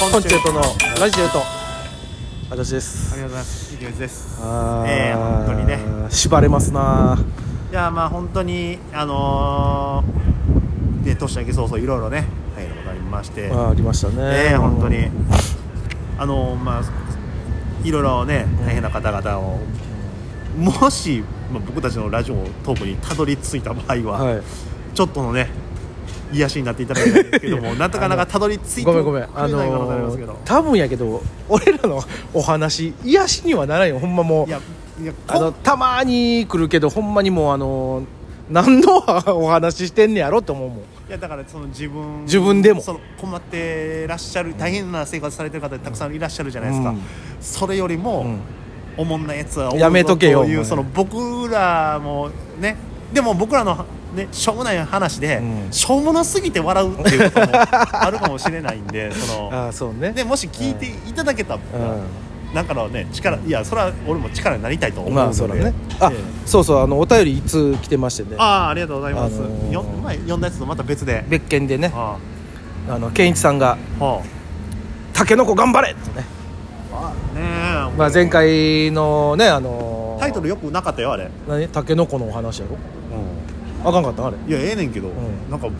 コンチェルトのラジエと私ですありがとうございます。池内です。あーええ本当にね縛れますないや、まあ、本当に、あのー、で、年明け早々、いろいろね、大変なことありまして。あありましたねええ本当に。あのー、まあ、いろいろね、大変な方々を。もし、まあ、僕たちのラジオトークにたどり着いた場合は、はいちょっとのね。癒しになっていただきたいんですけど いも、やなんとかなんかたどり着いてごくめれんごなめいんかあなと思いまのすけどー、多分やけど俺らのお話癒しにはならんよほんまもいうやいやあのたまに来るけどほんまにもうあのー何のお話してんねやろと思うもんいやだからその自分自分でもその困ってらっしゃる大変な生活されてる方たくさんいらっしゃるじゃないですか、うんそれよりも、んおもんなやつはおもんなやめとけよいうお前その僕らもねでも僕らのねしょうもない話で、うんしょうもなすぎて笑うっていうこともあるかもしれないん でそのああそうねでもし聞いていただけたら、うんなんかのね力いやそれは俺も力になりたいと思うので、まあそうだねあええそうそうあのお便りいつ来てましてねあーありがとうございます、あのーよ前読んだやつとまた別で別件でねああの健一さんがあはあ「たけのこ頑張れ!」ってね、ねえまあ、前回のねあのータイトルよくなかったよあれ、何たけのこのお話やろあかんかったんあれいやええねんけど、んなんかうん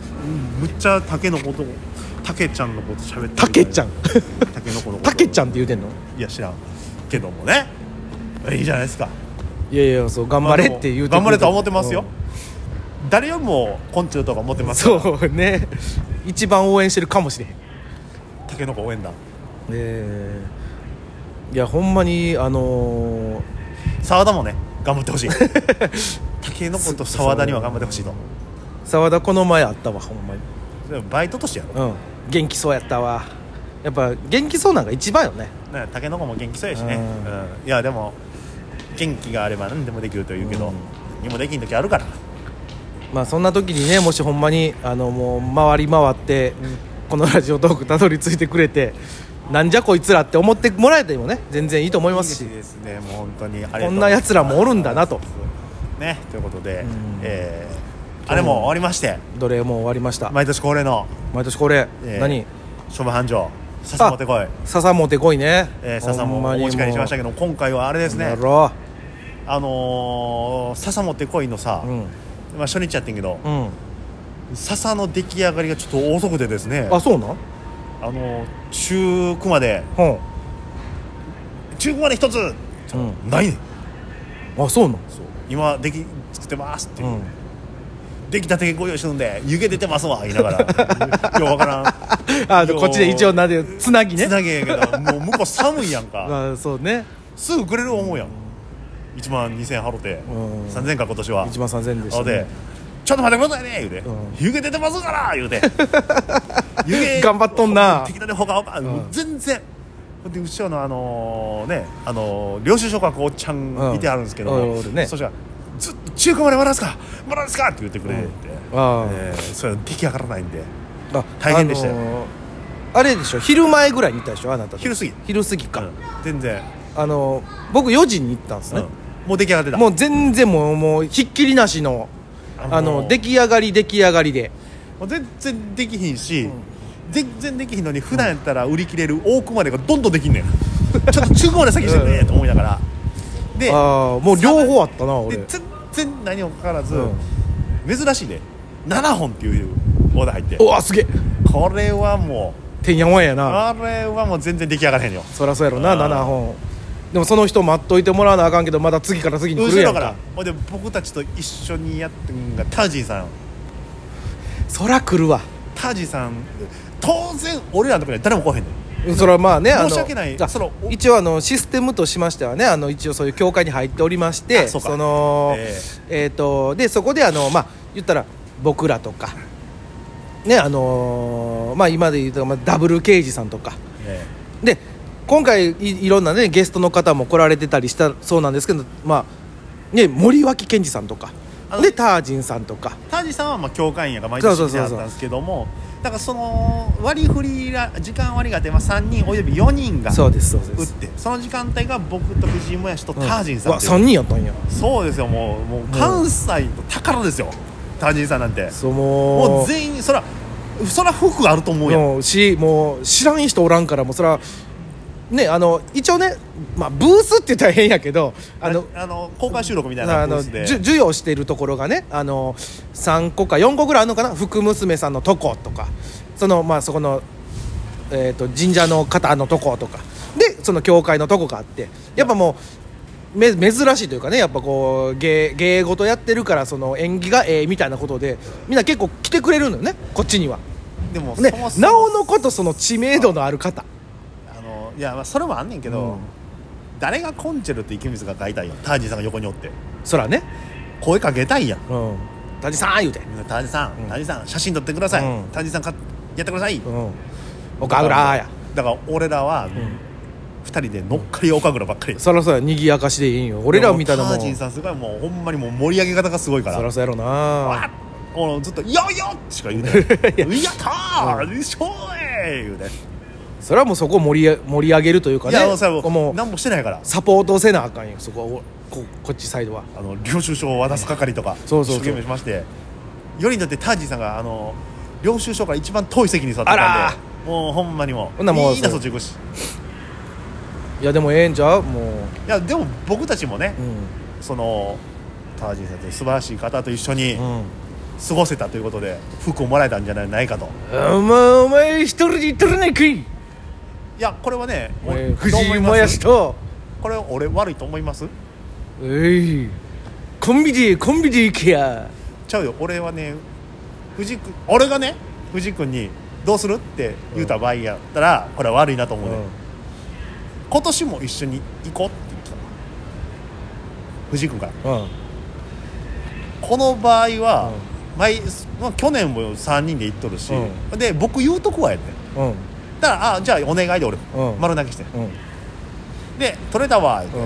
むっちゃタケのことタケちゃんのこと喋ってるたけちゃん タケのこのことたけちゃんって言うてんのいや知らんけどもねいいじゃないですかいやいやそう頑張れって言うてくれた頑張れとは思ってますよ、誰よりも昆虫とか持ってうんますからそうね一番応援してるかもしれへんタケノコ応援団えーいやほんまにあのー澤田もね頑張ってほ しいタケノコと澤田には頑張ってほしいと澤田この前あったわほんまにでもバイトとしてやろうん元気そうやったわやっぱ元気そうなんが一番よねね、タケノコも元気そうやしね、ううんんいやでも元気があれば何でもできるというけど、うん何もできん時あるからまあそんな時にねもしほんまにあのもう回り回って、んこのラジオトークたどり着いてくれてなんじゃこいつらって思ってもらえてもね全然いいと思いますしいいですねもう本当にありがとこうんなやつらもおるんだなとねということで、んえーあれも終わりまして奴隷も終わりました毎年恒例の毎年恒例、えー何諸部繁盛笹持ってこい、笹もてこいね、えー、笹もお持ち帰りしましたけど今回はあれですやねろあのー、笹持ってこいのさ、うんまあ、初日やってんけどうん笹の出来上がりがちょっと遅くてですねあそうなんあのー中区までうん中古まで一つ、うないねんあそうなん今でき作ってますっていう、うんできたてご用意してるんで湯気出てますわ言いながら ようわからんあようこっちで一応なんでつなぎねつなげやけどもう向こう寒いやん かあそうねすぐくれる思うやん1万2000円払うてうん3000か今年は1万3000円でしなた、のでね、 「ちょっと待ってくださいね」言うてう「ん湯気出てますから」言う て湯気頑張っとんな適当にほかほかもう全然ほんで後ろのあのねあのー領収書書くおっちゃうんんいてあるんですけどおるおるねそしたら「ずっと中華までもらうんすかもらうんすか」って言ってくれてあーえーそれ出来上がらないんであ大変でしたよあのーあれでしょ昼前ぐらいに行ったでしょあなたと昼過ぎ昼過ぎか、うん全然あのー僕4時に行ったんですね、うんもう出来上がってたもう全然もうもうひっきりなしのあのーあの出来上がり出来上がりでもう全然できひんし、全然できひんのに普段やったら売り切れる大熊までがどんどんできんねんちょっと中古まで先にしてくれと思いながらでああもう両方あったな俺で全然何もかかわらず、うん珍しいね7本っていうオーダー入ってうわすげえこれはもてんやわんやうなあれはもう全然出来上がらへんよそりゃそうやろなあー7本でもその人待っといてもらわなあかんけどまだ次から次に来る後やろんかからほいで僕たちと一緒にやってんがタージーさんそら来るわタージーさん当然俺らのとこには誰も来おへんねんそれはまあねあの申し訳ないあそのお一応あのシステムとしましてはねあの一応そういう教会に入っておりましてあそうかのええーとでそこであのまあ言ったら僕らとかねあのーまあ今で言うと、まあ、ダブル刑事さんとかえで今回いいろんなねゲストの方も来られてたりしたそうなんですけどまあね森脇健児さんとかあのでタージンさんとかタージさんはまあ教会員やから毎年そう来そてうそあったうそうんですけどもだからその割り振りら時間割りがあって、まあ、3人および4人がそう打ですそうでっす、てその時間帯が僕と藤井もやしとタうんージンさんっていううわ3人やったんやそうですよもうもう関西の宝ですよタージンさんなんてそうもうもう全員そらそら服あると思うやん、のしもう知らん人おらんからもうそらねあの一応ね、まあ、ブースって言ったら変やけどあのあの公開収録みたいなあブーのスでじゅ授与してるところがねあの3個か4個ぐらいあるのかな福娘さんのとことかそのまあそこの、えー、と神社の方のとことかでその教会のとこがあってやっぱもうめ珍しいというかねやっぱこう芸芸事やってるからその縁起がええみたいなことでみんな結構来てくれるのよねこっちには。でもねそもそもなおのことその知名度のある方あのいやまあそれもあんねんけど、うん誰がコンチェルって池水が書いたんやタージンさんが横におってそらね声かけたいやん「うん、谷さん」言うてみんなタージンさん、うんタージンさん写真撮ってください、うんタージンさんかやってください、 「うん、岡浦」や、だから俺らは二人で乗っかり岡倉ばっかりですそらそらにぎやかしでいいんよ俺らみたいなももんうタージンさんすごいもうほんまにもう盛り上げ方がすごいからそらそうやろわなっもうずっと「よいよ!」しか言う てない「やったー!」「しょーい!」言うて、それはもうそこを盛り盛り上げるというかいねやもうそれはここももう何もしてないからサポートせなあかんよそこをここっちサイドはあの領収書を渡す係とかそうそうそう一生懸命しましてよりによってタージンさんがあの領収書から一番遠い席に座ってあたらんでもうほんまにもほんならもういいなそそうっち行くしいやでもええんちゃうもう、うん、いやでも僕たちもね、そのタージンさんという素晴らしい方と一緒に過ごせたということで服をもらえたんじゃないかとうん、お前お前一人で言っとるねんかい、いやこれはねえー、俺どう藤思井いもやますしとこれ俺悪いと思いますえいコンビでコンビで行けやちゃうよ俺はね藤井君俺がね藤井君に「どうする?」って言うた場合やったら、これは悪いなと思うね、う今年も一緒に行こうって言ってたの藤井君からん、うんこの場合は、毎まあ去年も3人で行っとるし、うで僕言うとこはやねんうんだからあじゃあお願いで俺、うん丸投げしてうんで取れたわ言うて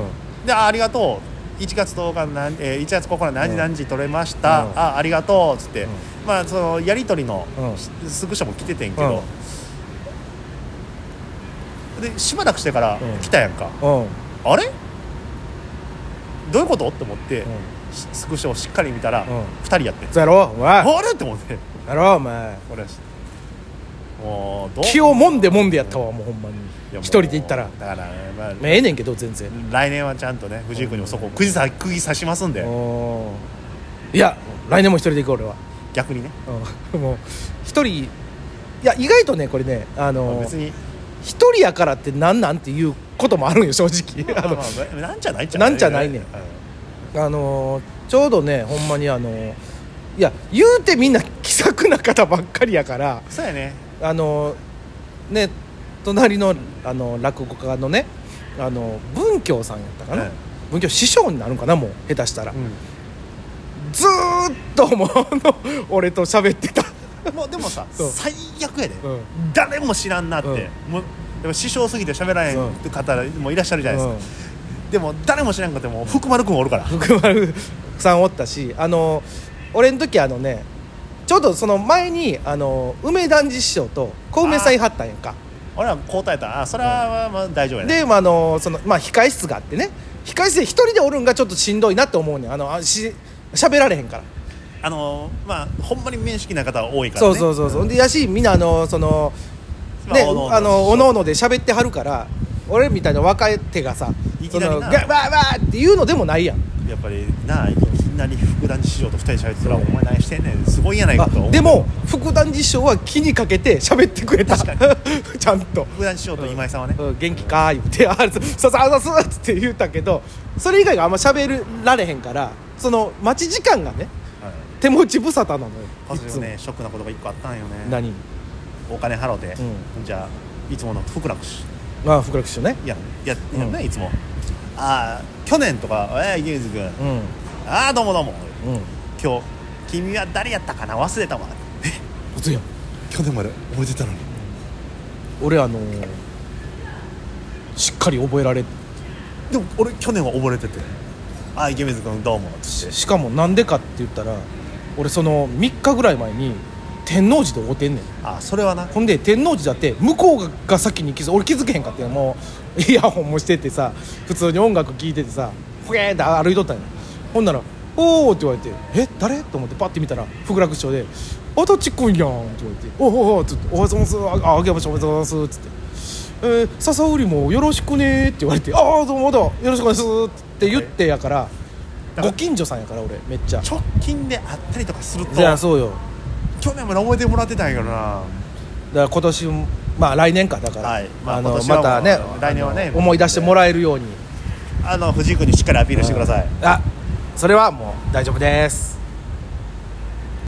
うんであありがとう1月10日何、えー、1月9日何時何時取れました、うんあありがとうっつって、うんまあそのやり取りのうんしスクショも来ててんけど、でしばらくしてからうん来たやんか、うんあれどういうことって思って、しスクショをしっかり見たら、うん二2人やってそうやろお前あれって思ってやろお前俺もうどう気をもんでもんでやったわもうほんまにいやもう一人で行ったらだから、まあまあええねんけど全然来年はちゃんとね藤井君にもそこ釘刺釘刺しますんでおーいや来年も一人で行こう俺は、逆にねうん、もう一人いや意外とねこれねあまあの別に一人やからってなんなんっていうこともあるんよ正 直 あまあまのあなんじゃないっちゃなんじゃないねんうあのちょうどねほんまにあのいや言うてみんな気さくな方ばっかりやからそうやねあのね隣のあの落語家のねあの文京さんやったかな、うん文京師匠になるんかなもう下手したら、ずーっともうあの 俺と喋ってた、もうでもさそう最悪やでうん誰も知らんなってうんもうでも師匠すぎて喋らへん方もいらっしゃるじゃないですかでも誰も知らんかってもう福丸君おるから福丸さんおったしあの俺の時あのねちょうどその前にあの梅団治師匠と小梅祭張ったんやんか俺は答えたらあそれはまあ大丈夫やねで、まあ、あのそのまあ控え室があってね控え室で一人でおるんがちょっとしんどいなって思うねんあのあし喋られへんからあのまあほんまに面識な方が多いからそうねそうそうそうでやしみんなあのそのまあねおのおのあのおのおので喋ってはるから俺みたいな若い手がさいきそなりのなガバーバーっていうのでもないやんやっぱりなあいきなり福田師匠と二人喋ってたらお前何してんねんすごいやないかあと思うでも福団次師匠は気にかけて喋ってくれた確 ちゃんと福田師匠と今井さんはねうん元気かー言って「あささあさす」って言うたけどそれ以外があんま喋られへんからその待ち時間がねはい手持ち無沙汰なのよパいズつルもねショックなことが一個あったんよね何お金払うて、うじゃあいつもの福楽しまあ福楽師匠ねいやいや、うんねいつもああ去年とか「えー、池水君うんああどうもどうもうん今日君は誰やったかな忘れたわ」え普通やん去年まで覚えてたのに俺あのーしっかり覚えられてでも俺去年は溺れてて「ああ池水君どうも」ししかもなんでかって言ったら俺その3日ぐらい前に天王寺で会うてんねんああそれはなほんで天王寺だって向こうが先に気づ俺気づけへんかってもう イヤホンもしててさ普通に音楽聴いててさふえーって歩いとったんやほんなら「おお」って言われて「え誰?」と思ってパッて見たら福楽師匠で「あたちっこいやん」って言われて「おおおう」つって「おはようございますああげましょうおはようございます」つって「えー、笹売りもよろしくね」って言われて「ああどうもどうもよろしくお願いします」って言ってやからだからご近所さんやから俺めっちゃ直近で会ったりとかするとじゃあそうよ去年まで覚えてもらってたんやけどなだから今年もまあ来年かだから、はいまああの今年はまたね来年はねあの思い出してもらえるようにあの藤井君にしっかりアピールしてください、あそれはもう大丈夫です